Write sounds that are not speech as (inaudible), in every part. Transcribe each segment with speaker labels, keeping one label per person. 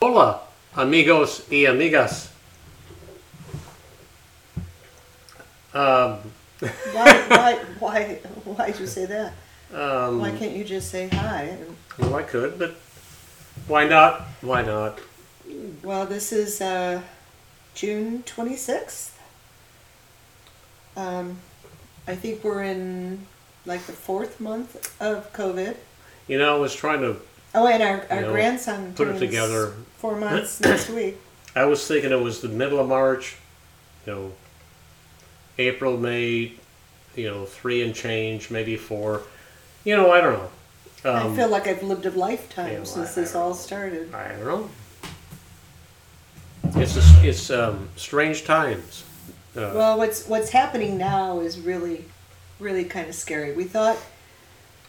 Speaker 1: Hola, amigos y amigas. Um,
Speaker 2: Why, why, why, why'd you say that?
Speaker 1: um,
Speaker 2: Why can't you just say hi? And-
Speaker 1: well, I could, but why not? Why not?
Speaker 2: Well, this is uh, June 26th. Um, I think we're in like the fourth month of COVID.
Speaker 1: You know, I was trying to.
Speaker 2: Oh, and our, our
Speaker 1: You know,
Speaker 2: grandson
Speaker 1: put it
Speaker 2: turns
Speaker 1: together.
Speaker 2: Four months next week.
Speaker 1: I was thinking it was the middle of March. You know, April, May. You know, three and change, maybe four. You know, I don't know.
Speaker 2: I feel like I've lived a lifetime
Speaker 1: Um, yeah, well,
Speaker 2: since
Speaker 1: I- I
Speaker 2: this
Speaker 1: don't
Speaker 2: all
Speaker 1: know.
Speaker 2: started.
Speaker 1: I don't know. It's a, it's um, strange times. Uh,
Speaker 2: Well, what's what's happening now is really, really kind of scary. We thought,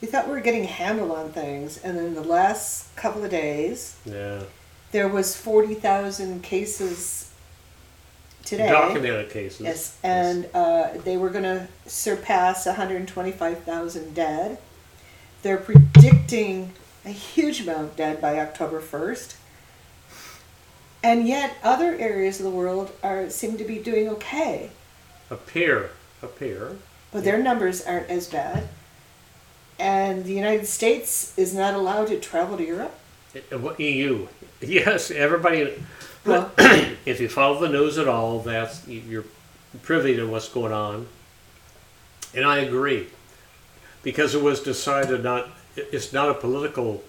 Speaker 2: we thought we were getting a handle on things, and then the last couple of days,
Speaker 1: yeah,
Speaker 2: there was forty thousand cases today.
Speaker 1: documented cases.
Speaker 2: Yes, and uh, they were going to surpass one hundred twenty-five thousand dead. They're predicting a huge amount dead by October first. And yet, other areas of the world are seem to be doing okay.
Speaker 1: appear, appear.
Speaker 2: but their numbers aren't as bad. And the United States is not allowed to travel to Europe.
Speaker 1: Uh, what- EU. (laughs) Yes, everybody.
Speaker 2: Well,
Speaker 1: (clears throat) If you follow the news at all, that's you- you're privy to what's going on. And I agree, because it was decided not. it- It's not a political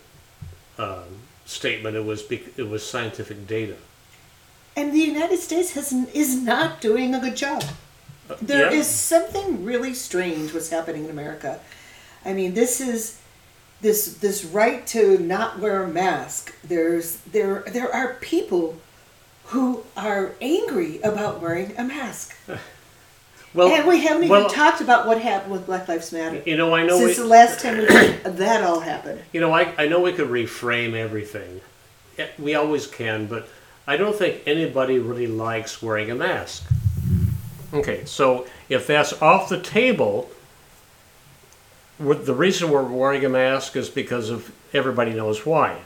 Speaker 1: um, statement. It was bec- it was scientific data.
Speaker 2: and the United States has is not doing a good job. There is
Speaker 1: Uh, yeah.
Speaker 2: something really strange what's happening in America. I mean, this is this this right to not wear a mask. There's there there are people who are angry about wearing a mask,
Speaker 1: Well,
Speaker 2: and we haven't
Speaker 1: well,
Speaker 2: even talked about what happened with Black Lives Matter.
Speaker 1: You know, I know.
Speaker 2: Since
Speaker 1: we-
Speaker 2: the last time we that all happened.
Speaker 1: You know, I, I know we could reframe everything. Eh, We always can, but I don't think anybody really likes wearing a mask. Okay, so if that's off the table, we're- the reason we're wearing a mask is because of everybody knows why.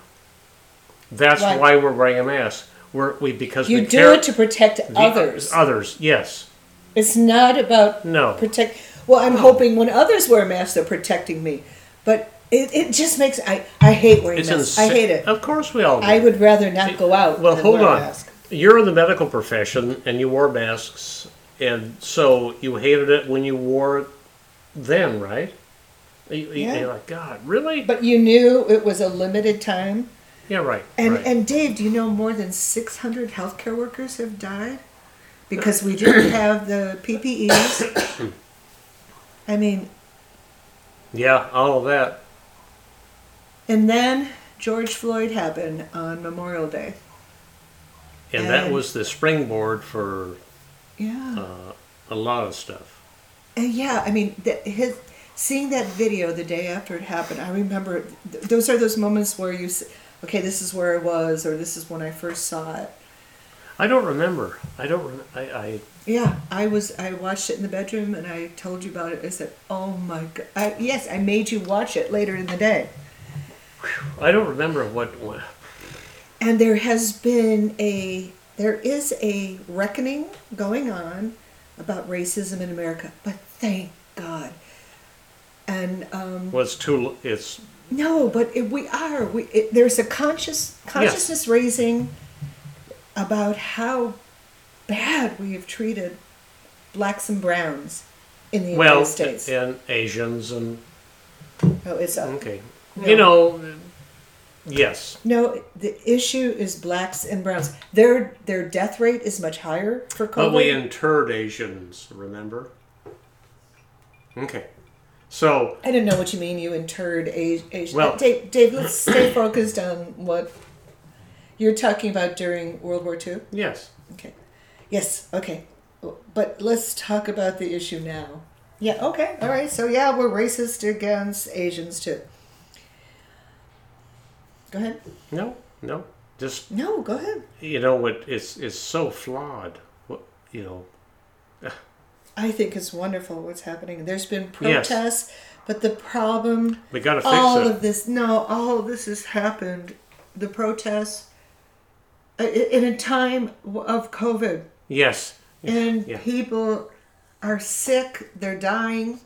Speaker 1: That's
Speaker 2: Right.
Speaker 1: why we're wearing a mask. We're, we because
Speaker 2: You
Speaker 1: we
Speaker 2: do
Speaker 1: care-
Speaker 2: it to protect
Speaker 1: the- uh,
Speaker 2: others.
Speaker 1: Others, yes.
Speaker 2: It's not about
Speaker 1: No.
Speaker 2: protect. Well, I'm hoping when others wear masks, they're protecting me. But it, it just makes I I hate wearing
Speaker 1: It's
Speaker 2: masks.
Speaker 1: insa-
Speaker 2: I hate it.
Speaker 1: Of course, we all. do.
Speaker 2: I would rather not go out.
Speaker 1: Well,
Speaker 2: than
Speaker 1: hold
Speaker 2: wear a
Speaker 1: on.
Speaker 2: mask.
Speaker 1: You're in the medical profession and you wore masks, and so you hated it when you wore it then, right? You, you-
Speaker 2: Yeah.
Speaker 1: You're like, God, really?
Speaker 2: But you knew it was a limited time.
Speaker 1: yeah, right.
Speaker 2: And
Speaker 1: right.
Speaker 2: and Dave, do you know more than 600 healthcare workers have died because we
Speaker 1: (coughs)
Speaker 2: didn't have the PPEs? I mean,
Speaker 1: yeah, all of that.
Speaker 2: and then George Floyd happened on Memorial Day.
Speaker 1: And, that
Speaker 2: And-
Speaker 1: was the springboard for
Speaker 2: Yeah.
Speaker 1: uh, a lot of stuff.
Speaker 2: Uh, yeah, I mean, th his seeing that video the day after it happened, I remember th- those are those moments where you, s okay, this is where I was, or this is when I first saw it.
Speaker 1: I don't remember. I don't. Rem- I, I.
Speaker 2: Yeah, I was. I watched it in the bedroom, and I told you about it. I said, "Oh my god!" I, yes, I made you watch it later in the day.
Speaker 1: I don't remember what. what
Speaker 2: And there has been a there is a reckoning going on about racism in America, but thank God. And um,
Speaker 1: was too. It's
Speaker 2: No, but it, we are. We, it, there's a conscious consciousness raising about how bad we have treated blacks and browns in the
Speaker 1: well,
Speaker 2: United States.
Speaker 1: and Asians and
Speaker 2: Oh, it's up.
Speaker 1: okay.
Speaker 2: Yeah.
Speaker 1: You know. Yes.
Speaker 2: No, the issue is blacks and browns. Their their death rate is much higher for COVID.
Speaker 1: But we uh, interred Asians, remember? Okay. So,
Speaker 2: I don't know what you mean. You interred age. age.
Speaker 1: Well-
Speaker 2: Dave, Dave, let's stay focused on what you're talking about during World War II.
Speaker 1: yes.
Speaker 2: Okay. Yes. Okay. But let's talk about the issue now. Yeah. Okay. All right. So yeah, we're racist against Asians too. Go ahead.
Speaker 1: No, no. Just,
Speaker 2: No. Go ahead.
Speaker 1: you know, it, it's, it's so flawed. What- You know,
Speaker 2: I think it's wonderful what's happening. There's been
Speaker 1: Yes.
Speaker 2: protests, but the problem,
Speaker 1: we got to fix
Speaker 2: all
Speaker 1: it.
Speaker 2: of this, no, all of this has happened. The protests uh, i- in a time of COVID,
Speaker 1: Yes.
Speaker 2: and
Speaker 1: Yeah.
Speaker 2: people are sick, they're dying.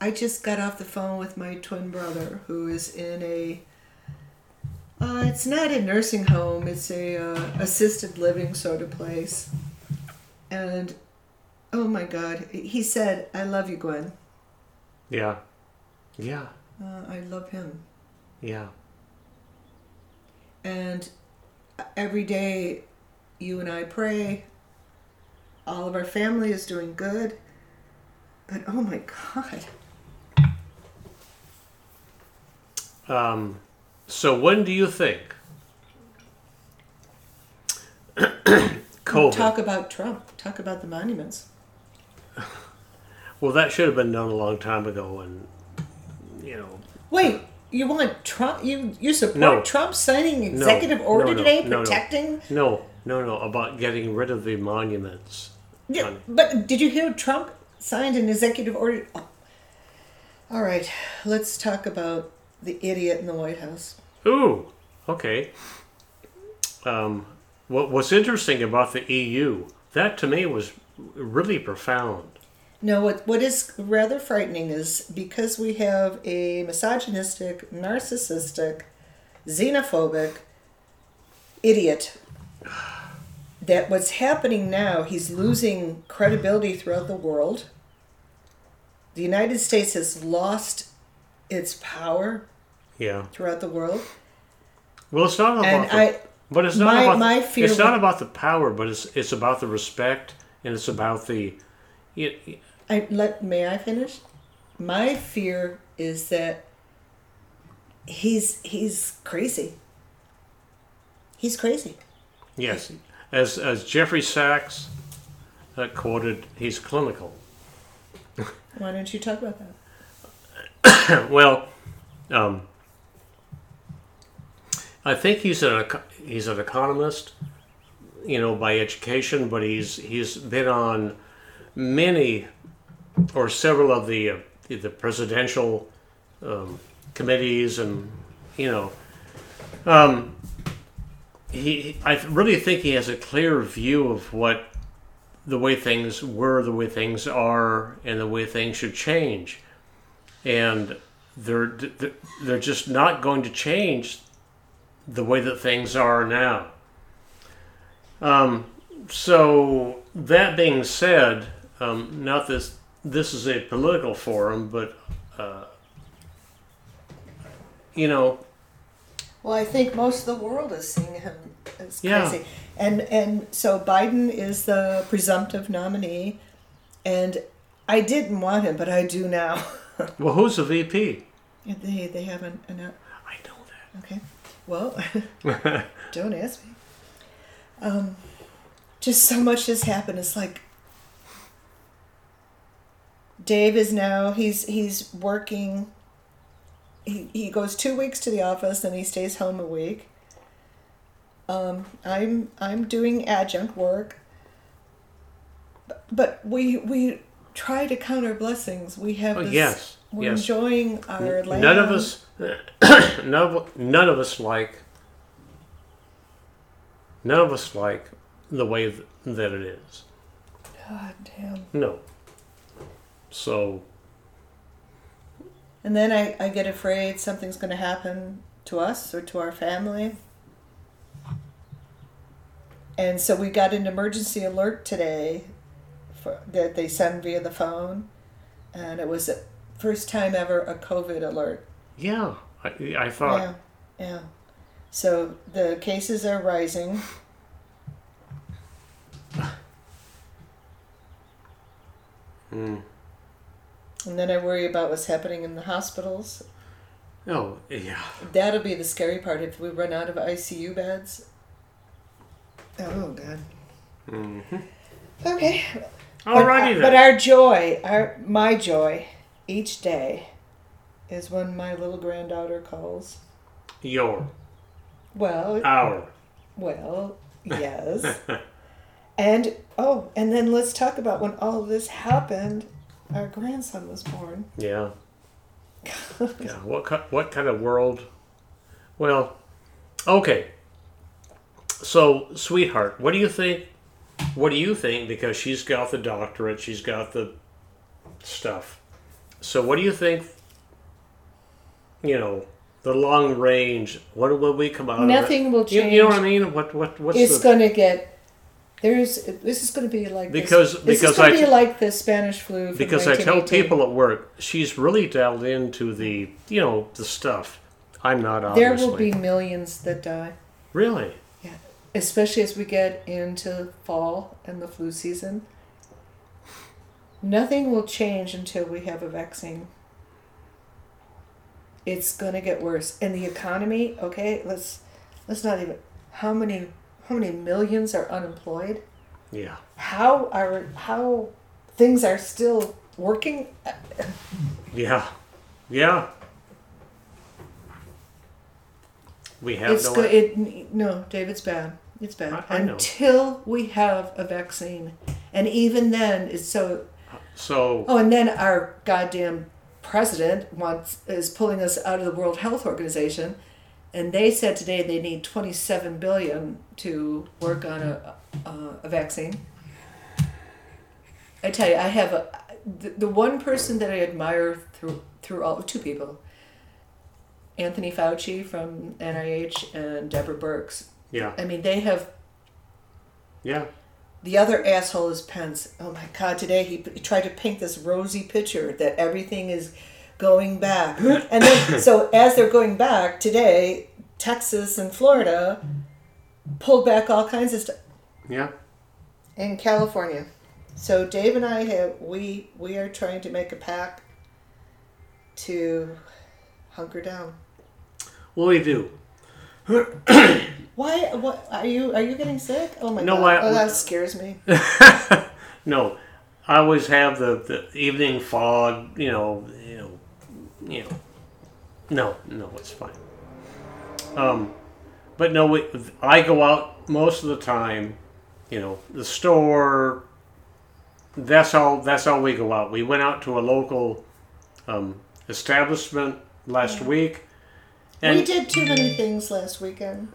Speaker 2: I just got off the phone with my twin brother who is in a uh, it's not a nursing home, it's a uh, assisted living sort of place. And oh my god, he said, "I love you, Gwen."
Speaker 1: Yeah. Yeah.
Speaker 2: Uh, I love him.
Speaker 1: Yeah.
Speaker 2: And every day you and I pray. All of our family is doing good. But oh my God.
Speaker 1: Um, so when do you think (coughs) COVID?
Speaker 2: Talk about Trump. Talk about the monuments.
Speaker 1: well, that should have been done a long time ago, and you know,
Speaker 2: Wait, you want Trump? You, you support
Speaker 1: No.
Speaker 2: Trump signing executive
Speaker 1: no,
Speaker 2: order
Speaker 1: no,
Speaker 2: today
Speaker 1: no, no.
Speaker 2: protecting?
Speaker 1: no, no, no, about getting rid of the monuments.
Speaker 2: Yeah, but did you hear Trump signed an executive order? Oh. All right, let's talk about the idiot in the White House.
Speaker 1: Ooh, okay. Um, what what's interesting about the EU? That to me was really profound.
Speaker 2: No, what, what is rather frightening is because we have a misogynistic, narcissistic, xenophobic idiot that what's happening now, he's losing credibility throughout the world. The United States has lost its power
Speaker 1: Yeah.
Speaker 2: throughout the world.
Speaker 1: Well, it's not about
Speaker 2: And
Speaker 1: the,
Speaker 2: I-
Speaker 1: but it's not
Speaker 2: my-
Speaker 1: about
Speaker 2: my
Speaker 1: the,
Speaker 2: fear
Speaker 1: it's not
Speaker 2: would-
Speaker 1: about the power, but it's it's about the respect and it's about the you,
Speaker 2: I let may I finish? My fear is that he's he's crazy. He's crazy.
Speaker 1: yes, as as Jeffrey Sachs uh, quoted, he's clinical.
Speaker 2: Why don't you talk about that?
Speaker 1: well, um, I think he's an eco- he's an economist, you know, by education, but he's he's been on many or several of the uh, the- the presidential um, committees, and you know, um, he he- I really think he has a clear view of what the way things were, the way things are, and the way things should change and they're they're- they're just not going to change the way that things are now. Um, so that being said, um, not this this is a political forum, but uh, you know,
Speaker 2: Well, I think most of the world is seeing him as
Speaker 1: Yeah.
Speaker 2: crazy. And and so Biden is the presumptive nominee and I didn't want him, but I do now.
Speaker 1: well, who's the VP?
Speaker 2: they they haven't announced
Speaker 1: I know that.
Speaker 2: Okay.
Speaker 1: (laughs)
Speaker 2: Well, (laughs) don't ask me. Um, just so much has happened. It's like Dave is now he's he's working. He he goes two weeks to the office and he stays home a week. Um, I'm I'm doing adjunct work. Bu- But we we try to count our blessings. We have
Speaker 1: Oh,
Speaker 2: this,
Speaker 1: yes,
Speaker 2: We're
Speaker 1: yes.
Speaker 2: enjoying our land.
Speaker 1: None of us, (coughs) none of, none of us like, none of us like the way th- that it is.
Speaker 2: God damn.
Speaker 1: No. So
Speaker 2: And then I, I get afraid something's going to happen to us or to our family. And so we got an emergency alert today for, that they send via the phone. And it was the first time ever a COVID alert.
Speaker 1: yeah, I, I thought
Speaker 2: Yeah. Yeah. So the cases are rising.
Speaker 1: mm,
Speaker 2: And then I worry about what's happening in the hospitals
Speaker 1: no, oh, yeah,
Speaker 2: That'll be the scary part if we run out of ICU beds. Oh god. Okay. but,
Speaker 1: alrighty
Speaker 2: But
Speaker 1: then.
Speaker 2: our joy, our my joy, each day, is when my little granddaughter calls.
Speaker 1: Your,
Speaker 2: Well,
Speaker 1: our,
Speaker 2: well, yes. and oh, and then let's talk about when all of this happened. Our grandson was born. (laughs)
Speaker 1: yeah, yeah. What ki- what kind of world? Well, okay. So, sweetheart, what do you think? What do you think? Because she's got the doctorate, she's got the stuff. So, what do you think? You know, the long range. What will we come out? of it?
Speaker 2: Nothing will
Speaker 1: You, you know what I
Speaker 2: change.
Speaker 1: mean? What what what's
Speaker 2: It's
Speaker 1: the
Speaker 2: going to get there's this is going to be like
Speaker 1: Because-
Speaker 2: this, this
Speaker 1: because
Speaker 2: is going
Speaker 1: I-
Speaker 2: to be like the Spanish flu from
Speaker 1: because I tell
Speaker 2: 1918.
Speaker 1: people at work she's really delved into the you know the stuff. I'm not
Speaker 2: there
Speaker 1: obviously
Speaker 2: will be millions that die.
Speaker 1: really.
Speaker 2: Yeah, especially as we get into fall and the flu season. Nothing will change until we have a vaccine. It's going to get worse, and the economy. Okay, let's let's not even. How many how many millions are unemployed?
Speaker 1: Yeah.
Speaker 2: How are how things are still working?
Speaker 1: Yeah. Yeah. We have
Speaker 2: It's
Speaker 1: no
Speaker 2: good. It no, Dave. It's bad. It's bad.
Speaker 1: I- I know.
Speaker 2: Until we have a vaccine, and even then, it's so
Speaker 1: so
Speaker 2: Oh, and then our goddamn president wants is pulling us out of the World Health Organization, and they said today they need 27 billion to work on a a, a vaccine. I tell you, I have a the, the one person that I admire through through all two people, Anthony Fauci from NIH and Deborah Burks.
Speaker 1: yeah.
Speaker 2: I mean, they have
Speaker 1: Yeah.
Speaker 2: the other asshole is Pence. Oh my God! Today he, he tried to paint this rosy picture that everything is going
Speaker 1: (laughs)
Speaker 2: back, and then so as they're going back today, Texas and Florida pulled back all kinds of stuff
Speaker 1: Yeah.
Speaker 2: in California. So Dave and I have we we are trying to make a pact to hunker down.
Speaker 1: Well, we do.
Speaker 2: Why? What are you? Are you getting sick? Oh my
Speaker 1: No,
Speaker 2: God!
Speaker 1: I-
Speaker 2: oh, that scares me.
Speaker 1: No, I always have the, the evening fog. You know, you know, you know. No, no, it's fine. Um, but no, we, I go out most of the time. You know, the store. That's all. That's all we go out. We went out to a local um, establishment last week. And
Speaker 2: we did too many things last weekend.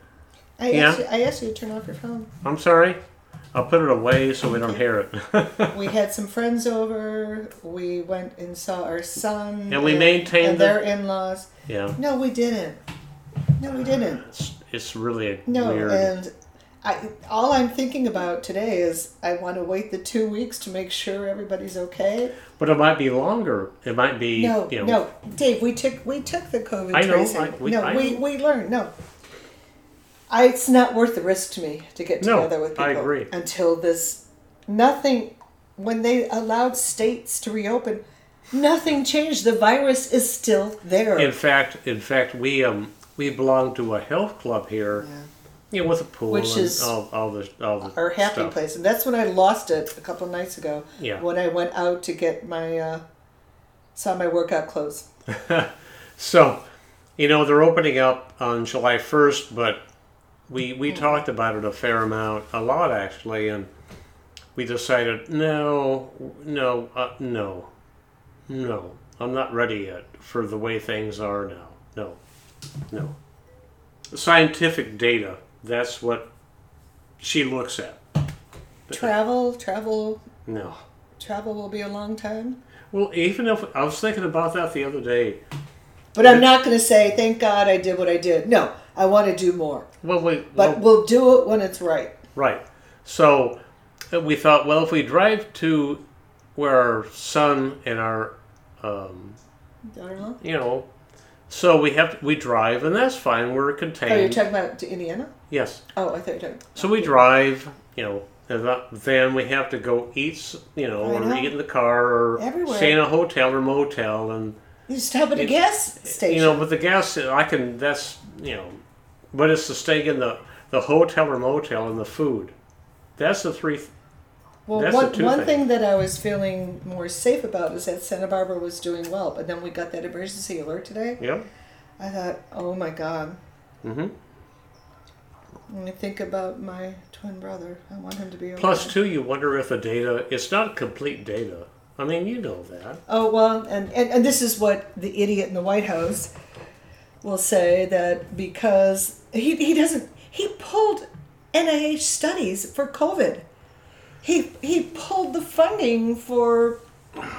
Speaker 2: I
Speaker 1: Yeah.
Speaker 2: asked you, I asked you to turn off your phone.
Speaker 1: I'm sorry. I'll put it away so we don't hear it. (laughs)
Speaker 2: We had some friends over. We went and saw our son.
Speaker 1: And we maintained
Speaker 2: and
Speaker 1: the-
Speaker 2: their in-laws.
Speaker 1: yeah,
Speaker 2: No, we didn't. No, we didn't.
Speaker 1: it's, it's really
Speaker 2: No, uh,
Speaker 1: weird.
Speaker 2: and I all I'm thinking about today is I want to wait the two weeks to make sure everybody's okay.
Speaker 1: But it might be longer. It might be
Speaker 2: No,
Speaker 1: you know,
Speaker 2: no, Dave, we took we took the COVID
Speaker 1: I know,
Speaker 2: tracing.
Speaker 1: I- we-
Speaker 2: no,
Speaker 1: I
Speaker 2: we
Speaker 1: know.
Speaker 2: we learned no. I, it's not worth the risk to me to get
Speaker 1: No,
Speaker 2: together with people
Speaker 1: I agree.
Speaker 2: until this nothing when they allowed states to reopen nothing changed the virus is still there
Speaker 1: In fact, in fact, we um we belong to a health club here.
Speaker 2: Yeah.
Speaker 1: You know, with a pool
Speaker 2: Which
Speaker 1: and
Speaker 2: is
Speaker 1: all, all the all the
Speaker 2: our happy
Speaker 1: stuff.
Speaker 2: place and that's when I lost it a couple of nights ago
Speaker 1: Yeah.
Speaker 2: when I went out to get my uh, saw my workout clothes
Speaker 1: So, you know, they're opening up on July first, but we we talked about it a fair amount, a lot actually, and we decided no, no, uh, no, no. I'm not ready yet for the way things are now. No, no. Scientific data. That's what she looks at.
Speaker 2: travel travel
Speaker 1: No.
Speaker 2: travel will be a long time
Speaker 1: Well, even if I was thinking about that the other day.
Speaker 2: But I'm not going to say, thank God I did what I did. No, I want to do more.
Speaker 1: Well, we well-
Speaker 2: But we'll do it when it's right.
Speaker 1: Right. So uh, we thought, well, if we drive to where our son and our, um,
Speaker 2: Daughter-in-law?
Speaker 1: you know, so we have we drive, and that's fine. We're
Speaker 2: Oh, you're
Speaker 1: contained.
Speaker 2: talking about to Indiana?
Speaker 1: yes.
Speaker 2: Oh, I thought you were talking.
Speaker 1: So we drive, you know, and tha- then we have to go eat, s- you know,
Speaker 2: I
Speaker 1: or
Speaker 2: know.
Speaker 1: eat in the car or
Speaker 2: Everywhere.
Speaker 1: stay in a hotel or motel, and
Speaker 2: You stop at a gas station.
Speaker 1: you know, but the gas I can that's you know, but it's the staying in the the hotel or motel and the food. That's the three. Th-
Speaker 2: well,
Speaker 1: that's the
Speaker 2: one,
Speaker 1: two
Speaker 2: one
Speaker 1: thing.
Speaker 2: thing that I was feeling more safe about is that Santa Barbara was doing well. But then we got that emergency alert today.
Speaker 1: yeah.
Speaker 2: I thought, oh my God.
Speaker 1: Mm-hmm.
Speaker 2: When I think about my twin brother, I want him to be okay.
Speaker 1: Plus two, you wonder if the data it's not complete data. I mean, you know that.
Speaker 2: Oh, well, and, and, and this is what the idiot in the White House will say that because he, he doesn't, he pulled NIH studies for COVID. He he pulled the funding for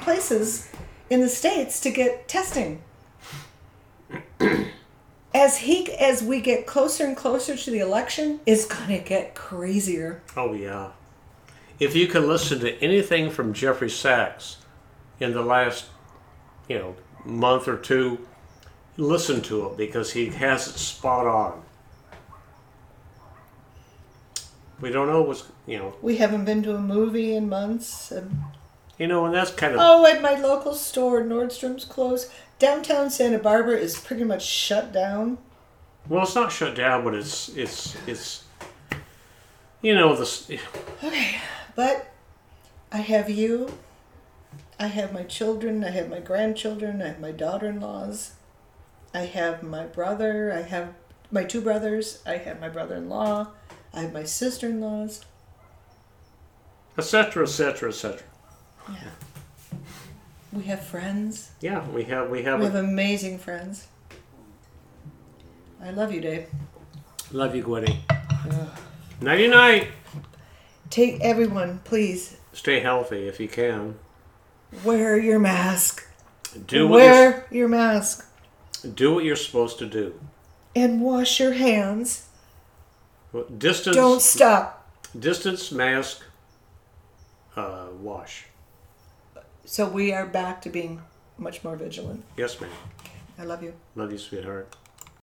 Speaker 2: places in the states to get testing. (clears throat) as he as we get closer and closer to the election, it's gonna get crazier.
Speaker 1: Oh, yeah. If you can listen to anything from Jeffrey Sachs in the last, you know, month or two, listen to it because he has it spot on. We don't know what's, you know,
Speaker 2: We haven't been to a movie in months. And,
Speaker 1: you know, and that's kind of
Speaker 2: oh, at my local store, Nordstrom's closed. Downtown Santa Barbara is pretty much shut down.
Speaker 1: well, it's not shut down, but it's it's it's, you know, this
Speaker 2: But I have you. I have my children. I have my grandchildren. I have my daughter in laws. I have my brother. I have my two brothers. I have my brother in law. I have my sister in laws.
Speaker 1: etc. etc. etc.
Speaker 2: We have friends.
Speaker 1: Yeah, we have we have,
Speaker 2: We have amazing friends. I love you, Dave.
Speaker 1: love you, Gwenny. Nighty night.
Speaker 2: Take everyone, please,
Speaker 1: Stay healthy if you can.
Speaker 2: wear your mask.
Speaker 1: Do what you're,
Speaker 2: wear your mask.
Speaker 1: do what you're supposed to do.
Speaker 2: And wash your hands.
Speaker 1: Distance
Speaker 2: Don't stop.
Speaker 1: distance mask. Uh, wash.
Speaker 2: So we are back to being much more vigilant.
Speaker 1: Yes, ma'am.
Speaker 2: I love you.
Speaker 1: Love you, sweetheart.